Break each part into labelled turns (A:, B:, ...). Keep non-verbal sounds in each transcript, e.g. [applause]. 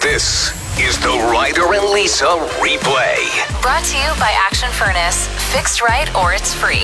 A: This is the Ryder and Lisa replay.
B: Brought to you by Action Furnace. Fixed right or it's free.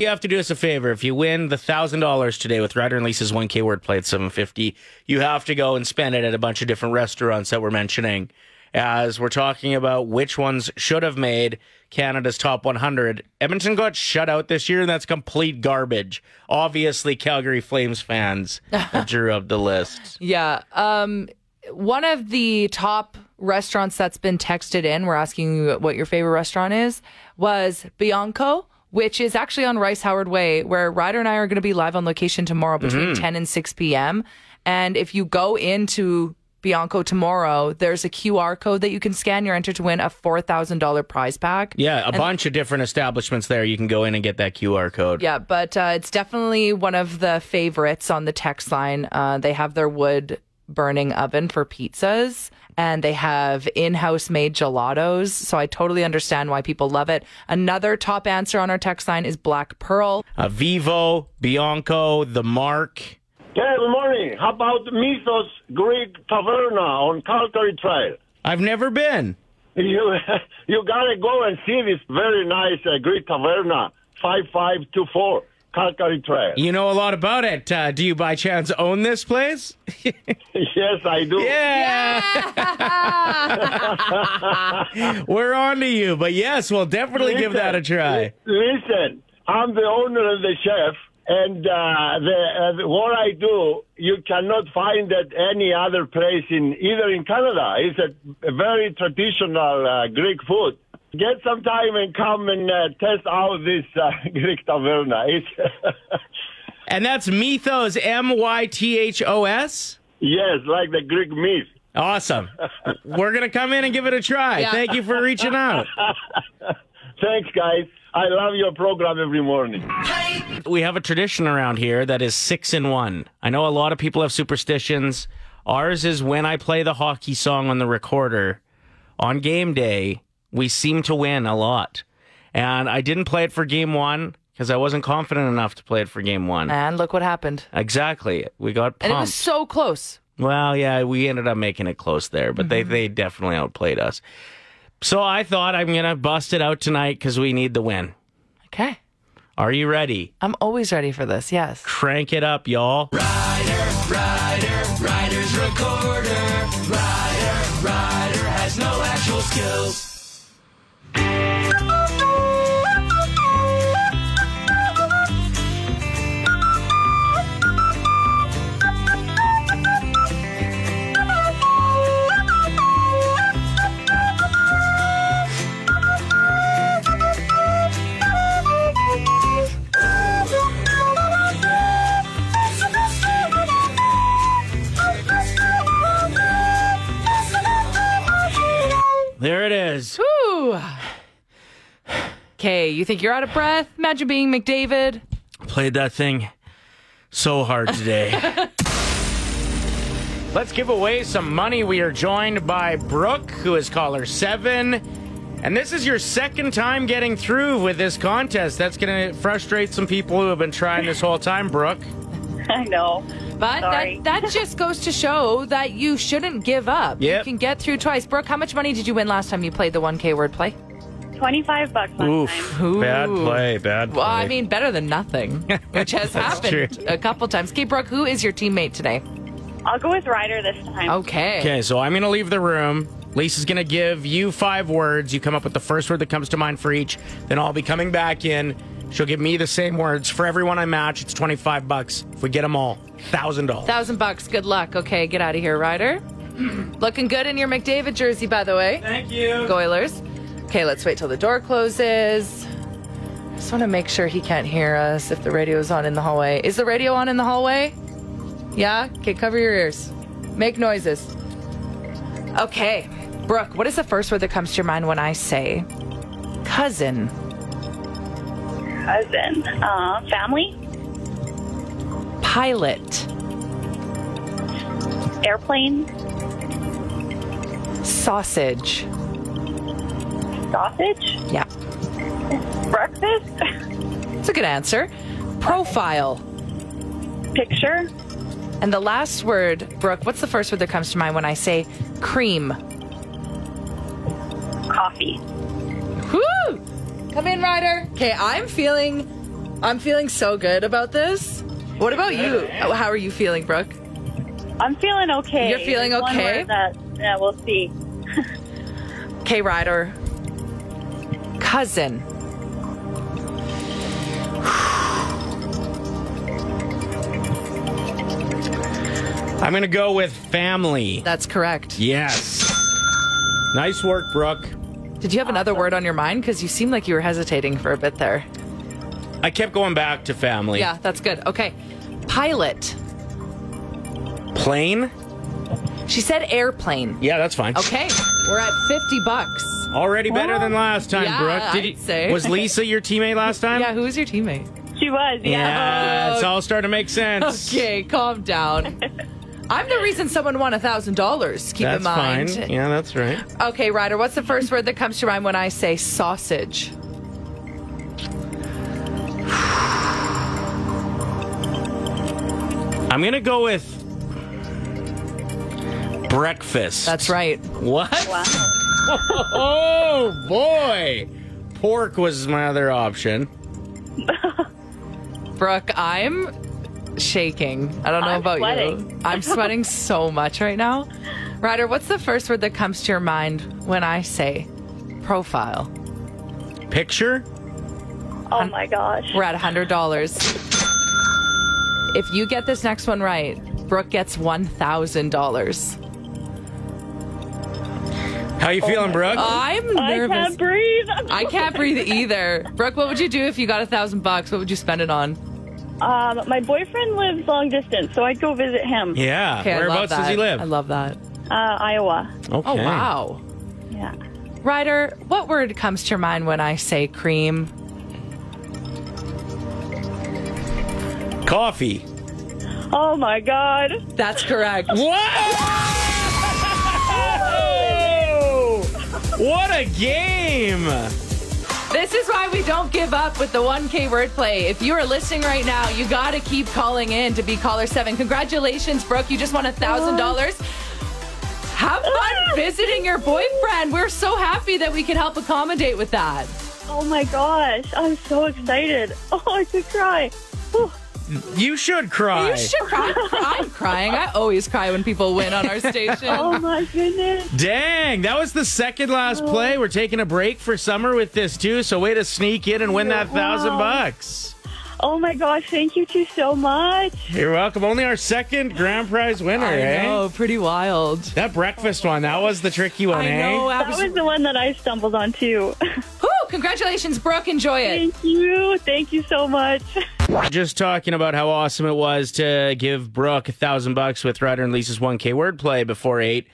C: You have to do us a favor. If you win the thousand dollars today with Ryder and Lisa's 1K word play at 750, you have to go and spend it at a bunch of different restaurants that we're mentioning. As we're talking about which ones should have made Canada's top 100, Edmonton got shut out this year, and that's complete garbage. Obviously, Calgary Flames fans that drew up the list.
D: Yeah. Um, one of the top restaurants that's been texted in, we're asking you what your favorite restaurant is, was Bianco, which is actually on Rice Howard Way, where Ryder and I are going to be live on location tomorrow between 10 and 6 p.m. And if you go into Bianco tomorrow, there's a QR code that you can scan. You're entered to win a $4,000 prize pack.
C: Yeah, a bunch of different establishments there. You can go in and get that QR code.
D: Yeah, but uh, it's definitely one of the favorites on the text line. Uh, they have their wood burning oven for pizzas and they have in-house made gelatos so i totally understand why people love it another top answer on our text line is black pearl
C: Uh, Vivo, Bianco, The Mark.
E: Yeah, good morning. How about Mythos Greek Taverna on Calgary Trail?
C: I've never been.
E: You [laughs] you gotta go and see this very nice uh, Greek Taverna, five five two four Calgary Trail.
C: You know a lot about it. Uh, do you by chance own this place?
E: [laughs] yes, I do.
C: Yeah. [laughs] We're on to you. But yes, we'll definitely give that a try.
E: Listen, I'm the owner and the chef, and uh, the, uh, what I do, you cannot find at any other place in either in Canada. It's a, a very traditional uh, Greek food. Get some time and come and uh, test out this uh, [laughs] Greek taverna. It's [laughs]
C: And that's Mythos, M Y T H O S.
E: yes, like the Greek myth.
C: Awesome. We're going to come in and give it a try. Thank you for reaching out.
E: Thanks, guys. I love your program every morning.
C: we have a tradition around here that is six in one. I know a lot of people have superstitions. Ours is when I play the hockey song on the recorder on game day, we seem to win a lot. And I didn't play it for game one because I wasn't confident enough to play it for game one.
D: and look what happened
C: exactly. We got pumped.
D: Uh, and it was so close
C: Well, yeah, we ended up making it close there, but
D: Mm-hmm.
C: they, they definitely outplayed us. So I thought I'm going to bust it out tonight because we need the win.
D: okay
C: Are you ready?
D: i'm always ready for this yes
C: Crank it up, y'all. There it is.
D: [sighs] okay you think you're out of breath imagine being mcdavid
C: Played that thing so hard
D: [laughs]
C: today. Let's give away some money. We are joined by Brooke, who is caller seven. And this is your second time getting through with this contest. That's going to frustrate some people who have been trying this whole time, Brooke.
F: [laughs]
G: I know.
D: but
G: Sorry.
D: that, that just goes to show that you shouldn't give up
C: Yep.
D: you can get through twice brooke how much money did you win last time you played the 1k word play
G: 25 bucks last time.
C: Bad
D: Ooh.
C: play, bad play.
D: Well, I mean, better than [laughs] nothing, which has happened
C: true.
D: a couple times. Kate Brooke, who is your teammate today?
G: I'll go with Ryder this time.
D: Okay.
C: Okay, so I'm going to leave the room. Lisa's going to give you five words. You come up with the first word that comes to mind for each. Then I'll be coming back in. She'll give me the same words for everyone I match. It's 25 bucks. If we get them all, $1,000.
D: Thousand bucks. Good luck. Okay, get out of here,
C: [clears throat]
D: Ryder. Looking good in your McDavid jersey, by the way.
C: Thank you.
D: Go Oilers. Okay, let's wait till the door closes. Just want to make sure he can't hear us if the radio's on in the hallway. Is the radio on in the hallway? Yeah? Okay, cover your ears. Make noises. Okay, Brooke, what is the first word that comes to your mind when I say cousin?
G: Cousin. Uh, family.
D: pilot,
G: Airplane.
D: sausage.
G: Sausage.
D: Yeah,
F: [laughs]
G: Breakfast.
D: it's a good answer. Profile,
G: Picture.
D: And the last word, Brooke, what's the first word that comes to mind when I say cream?
F: Coffee.
D: Woo! Come in, Ryder. Okay, I'm feeling, I'm feeling so good about this. What about you? How are you feeling, Brooke?
F: I'm feeling okay.
D: You're feeling
F: There's one
D: okay?
F: word That, yeah, we'll see.
D: Okay, Ryder. Cousin.
C: I'm going to go with family.
D: That's correct.
C: Yes. Nice work, Brooke.
D: Did you have another word on your mind? Because you seemed like you were hesitating for a bit there.
C: I kept going back to family.
D: Yeah, that's good. Okay. Pilot.
C: Plane?
D: She said airplane.
C: Yeah, that's fine.
D: Okay, we're at 50 bucks.
C: Already better than last time,
D: Yeah,
C: Brooke.
D: I'd say.
C: Was Lisa your teammate last time?
D: [laughs] Yeah, who was your teammate?
F: She was, yeah.
C: Yeah, it's all starting to make sense.
D: Okay, calm down. I'm the reason someone won $1,000, keep
C: That's
D: in mind.
C: fine. Yeah, that's right.
D: Okay, Ryder, what's the first word that comes to mind when I say sausage?
C: I'm going to go with breakfast.
D: That's right.
C: What? [laughs] Oh, boy. Pork was my other option.
D: Brooke, I'm shaking. I don't know
F: I'm
D: about you.
F: sweating.
D: I'm sweating so much right now. Ryder, what's the first word that comes to your mind when I say profile?
C: Picture?
F: Oh my gosh.
D: We're at $100. If you get this next one right, Brooke gets $1,000.
C: How you feeling, Brooke?
D: I'm
F: I
D: nervous.
F: can't breathe.
D: I can't breathe either. Brooke, what would you do if you got a thousand bucks? What would you spend it on?
F: Um, my boyfriend lives long distance, so I'd go visit him.
C: yeah.
D: Okay, I love
C: Whereabouts does he
D: that.
C: live?
D: I love that.
F: Uh, Iowa.
C: okay.
D: Oh, wow.
F: Yeah.
D: Ryder, what word comes to your mind when I say cream?
C: Coffee.
F: Oh my god.
D: That's correct.
C: [laughs] What? what a game!
D: This is why we don't give up with the 1K wordplay. If you are listening right now, you got to keep calling in to be caller seven. Congratulations, Brooke. You just won $1,000. Have fun visiting your boyfriend. We're so happy that we can help accommodate with that.
F: Oh my gosh. I'm so excited. [laughs] Oh, I could cry. Whew.
C: You should cry.
D: You should cry. I'm crying. I always cry when people win on our station. [laughs]
F: Oh my goodness.
C: Dang, that was the second last
D: Oh.
C: play. We're taking a break for summer with this too. So way to sneak in and win that thousand
F: Wow.
C: bucks.
F: Oh my gosh. Thank you two so much.
C: You're welcome. Only our second grand prize winner,
D: I
C: eh?
D: know, pretty wild.
C: That breakfast one, that was the tricky one,
D: I
C: eh?
D: know.
F: That was the one that I stumbled on [laughs] too.
D: Whew, congratulations, Brooke. Enjoy it.
F: Thank you. Thank you so much.
C: Just talking about how awesome it was to give Brooke a thousand bucks with Ryder and Lisa's 1K wordplay before eight.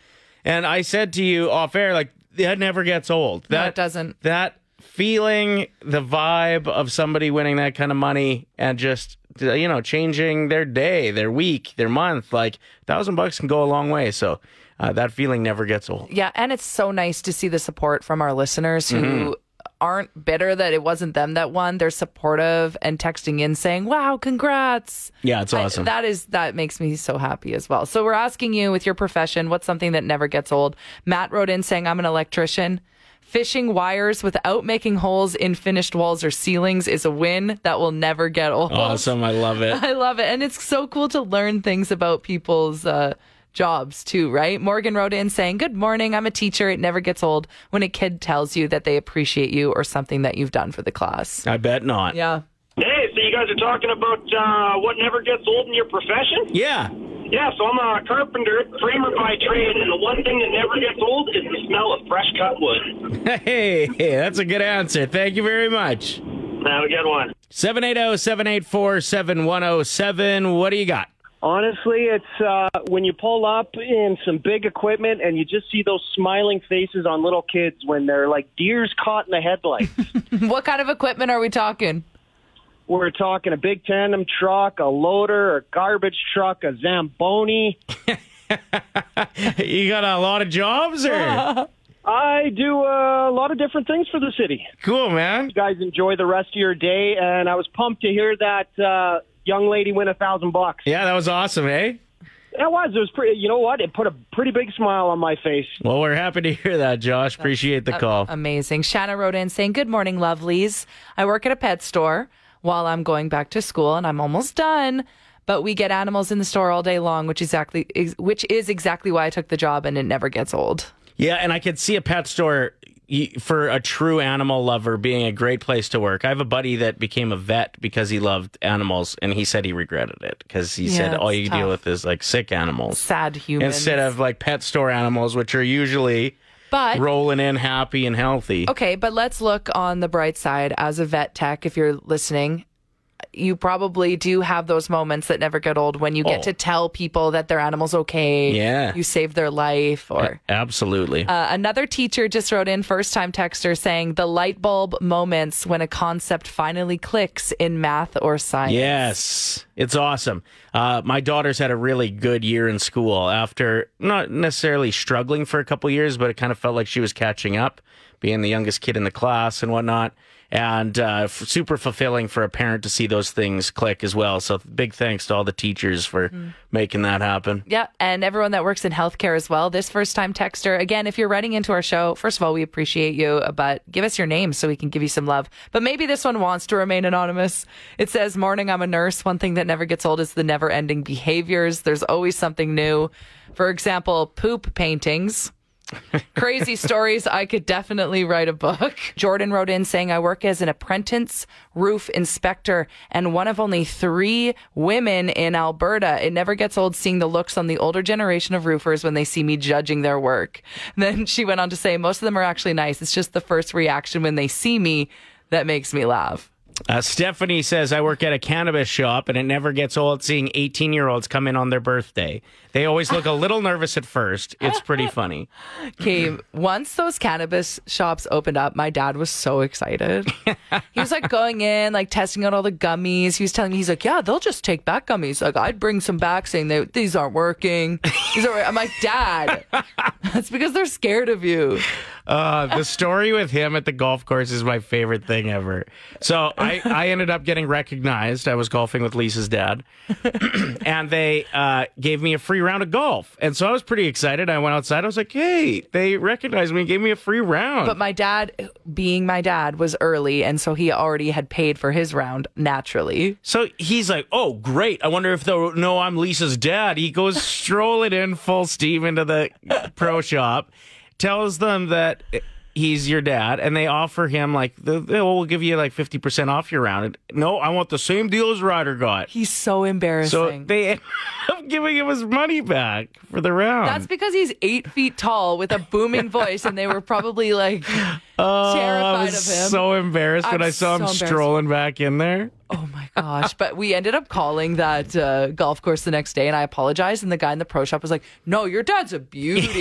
C: And I said to you off air, like, that never gets old. That
D: No, it doesn't.
C: That feeling, the vibe of somebody winning that kind of money and just, you know, changing their day, their week, their month, like, thousand bucks can go a long way. So uh, that feeling never gets old.
D: Yeah, and it's so nice to see the support from our listeners who aren't bitter that it wasn't them that won. They're supportive and texting in saying, "Wow, congrats."
C: Yeah, it's
D: I-
C: awesome.
D: that is that makes me so happy as well. So we're asking you with your profession, what's something that never gets old? Matt wrote in saying, "I'm an electrician." Fishing wires without making holes in finished walls or ceilings is a win that will never get
C: [laughs]
D: old.
C: awesome. I love it.
D: [laughs] I love it. And it's so cool to learn things about people's uh, jobs too, right? Morgan wrote in saying, Good morning. I'm a teacher. It never gets old when a kid tells you that they appreciate you or something that you've done for the class.
C: I bet not.
D: Yeah.
H: Hey, so you guys are talking about uh, what never gets old in your profession?
C: Yeah. [laughs]
H: Yeah, so I'm a carpenter, framer by trade, and the one thing that never gets old is the smell of fresh cut wood.
C: Hey, hey, that's a good answer. Thank you very much.
H: Have a good one.
C: 780-784-7107. What do you got?
E: Honestly, it's uh, when you pull up in some big equipment and you just see those smiling faces on little kids when they're like deers caught in the headlights.
D: What kind of equipment are we talking?
E: We're talking a big tandem truck, a loader, a garbage truck, a Zamboni.
C: You got a lot of jobs [laughs] or
E: I do uh, a lot of different things for the city.
C: Cool, man.
E: You guys enjoy the rest of your day, and I was pumped to hear that uh, young lady win a thousand bucks.
C: Yeah, that was awesome, eh?
I: That was. It was pretty. You know what? It put a pretty big smile on my face.
C: Well, we're happy to hear that, Josh. Appreciate
D: Uh,
C: the call.
D: um, Amazing. Shanna wrote in saying, Good morning, lovelies. I work at a pet store while I'm going back to school and I'm almost done. But we get animals in the store all day long, which exactly is, which is exactly why I took the job and it never gets old.
C: Yeah, and I could see a pet store y- for a true animal lover being a great place to work. I have a buddy that became a vet because he loved animals, and he said he regretted it because he
D: Yeah,
C: said all
D: it's
C: you
D: tough.
C: deal with is like sick animals
D: Sad humans.
C: instead of like pet store animals, which are usually
D: but
C: rolling in happy and healthy.
D: Okay, but let's look on the bright side. As a vet tech, if you're listening, you probably do have those moments that never get old when you get
C: Oh.
D: to tell people that their animal's okay.
C: Yeah.
D: You saved their life. Or
C: Absolutely.
D: uh, another teacher just wrote in first time texter saying the light bulb moments when a concept finally clicks in math or science.
C: Yes, it's awesome. Uh, my daughter's had a really good year in school after not necessarily struggling for a couple years, but it kind of felt like she was catching up, being the youngest kid in the class and whatnot. And uh, f- super fulfilling for a parent to see those things click as well. So big thanks to all the teachers for making that happen.
D: Yeah, and everyone that works in healthcare as well. This first time texter, again, if you're writing into our show, first of all, we appreciate you, but give us your name so we can give you some love. But maybe this one wants to remain anonymous. It says, Morning, I'm a nurse. One thing that never gets old is the never ending behaviors. There's always something new. For example, poop paintings. Crazy stories. I could definitely write a book. Jordan wrote in saying, I work as an apprentice roof inspector and one of only three women in Alberta. It never gets old seeing the looks on the older generation of roofers when they see me judging their work. [laughs] And then she went on to say, most of them are actually nice. It's just the first reaction when they see me that makes me laugh.
C: Uh, Stephanie says, I work at a cannabis shop and it never gets old seeing 18 year olds come in on their birthday. They always look a little nervous at first. It's pretty funny.
D: Okay, once those cannabis shops opened up, my dad was so excited. he was like going in, like testing out all the gummies. He was telling me, he's like, yeah, they'll just take back gummies. Like, I'd bring some back saying that these aren't working. These are, I'm like, Dad, that's because they're scared of you.
C: Uh, the story with him at the golf course is my favorite thing ever. So I, I ended up getting recognized. I was golfing with Lisa's dad, [clears throat] and they uh, gave me a free round of golf. And so I was pretty excited. I went outside. I was like, hey, they recognized me and gave me a free round.
D: But my dad, being my dad, was early, and so he already had paid for his round naturally.
C: so he's like, oh, great. I wonder if they'll know I'm Lisa's dad. He
D: [laughs]
C: goes strolling in full steam into the pro shop, tells them that. He's your dad, and they offer him like, the, the- well, we'll give you like fifty percent off your round. No, I want the same deal as Ryder got.
D: He's so
C: So
D: embarrassing.
C: they ended up giving him his money back for the round.
D: That's because he's eight feet tall with a booming voice, and they were
C: [laughs]
D: probably like terrified
C: Oh, I
D: of
C: Oh, was
D: him.
C: so embarrassed when
D: I'm
C: I saw him
D: so
C: strolling back in there.
D: oh my gosh! But we ended up calling that uh, golf course the next day, and I apologized. And the guy in the pro shop was like, "No, your dad's a beauty."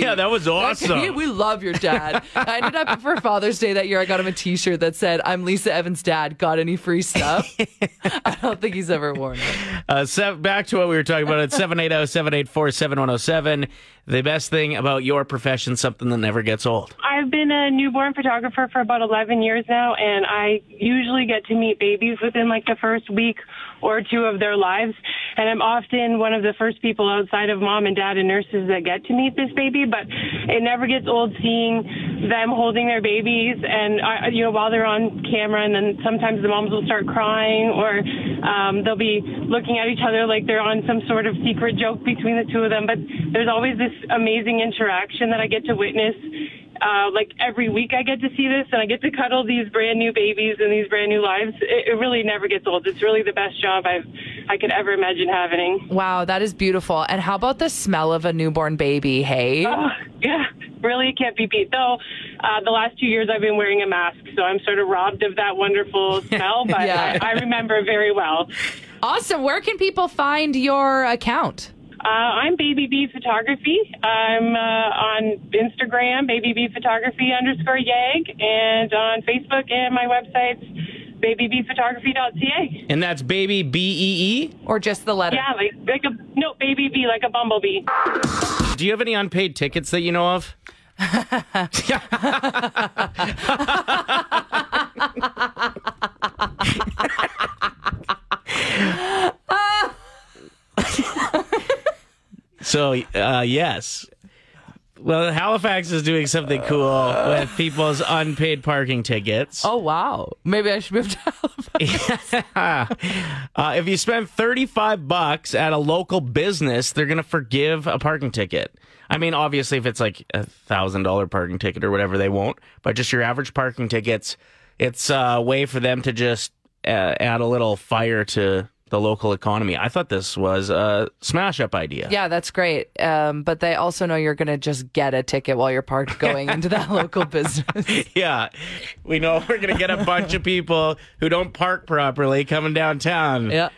C: [laughs] Yeah, that was
D: [laughs]
C: awesome.
D: we love your dad. I ended up for Father's Day that year. I got him a T-shirt that said, "I'm Lisa Evans' dad. Got any
C: [laughs]
D: free stuff?" I don't think he's ever worn it.
C: Uh, sev- back to what we were talking about at oh, 780 784 7107. The best thing about your profession, something that never gets old.
G: I've been a newborn photographer for about 11 years now, and I usually get to meet babies within like the first week or two of their lives. And I'm often one of the first people outside of mom and dad and nurses that get to meet this baby, but it never gets old seeing them holding their babies and, uh, you know, while they're on camera. And then sometimes the moms will start crying or um, they'll be looking at each other like they're on some sort of secret joke between the two of them. But there's always this amazing interaction that I get to witness uh, like every week I get to see this and I get to cuddle these brand new babies and these brand new lives. It, it really never gets old. It's really the best job I've, I could ever imagine having.
D: Wow, that is beautiful. And how about the smell of a newborn baby? Hey.
G: Oh, Yeah, really can't be beat. Though, uh, the last two years I've been wearing a mask, so I'm sort of robbed of that wonderful smell, but
D: Yeah.
G: I, I remember very well.
D: Awesome. Where can people find your account?
G: Uh, I'm Baby Bee Photography. I'm uh, on Instagram, Baby Bee Photography underscore Yag, and on Facebook and my website's babybeephotography.ca.
C: And that's baby B E
D: Or just the letter?
G: Yeah, like like a no baby bee, like a bumblebee.
C: E. Do you have any unpaid tickets that you know of? [laughs] So, uh, yes. Well, Halifax is doing something cool with people's unpaid parking tickets.
D: Oh wow, maybe I should move to [laughs] Halifax.
C: Uh, if you spend 35 bucks at a local business, they're going to forgive a parking ticket. I mean, obviously, if it's like a $1,000 parking ticket or whatever, they won't. But just your average parking tickets, it's a way for them to just uh, add a little fire to the local economy. I thought this was a smash up idea.
D: Yeah, that's great. Um, but they also know you're gonna just get a ticket while you're parked going into that [laughs] local business.
C: [laughs] Yeah, we know we're gonna get a bunch of people who don't park properly coming downtown.
D: yeah.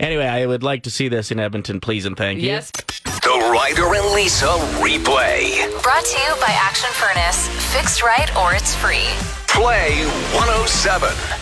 C: Anyway, I would like to see this in Edmonton, please and thank you.
D: Yes.
A: The Ryder and Lisa replay.
B: Brought to you by Action Furnace. Fixed right or it's free.
A: oh Play 107.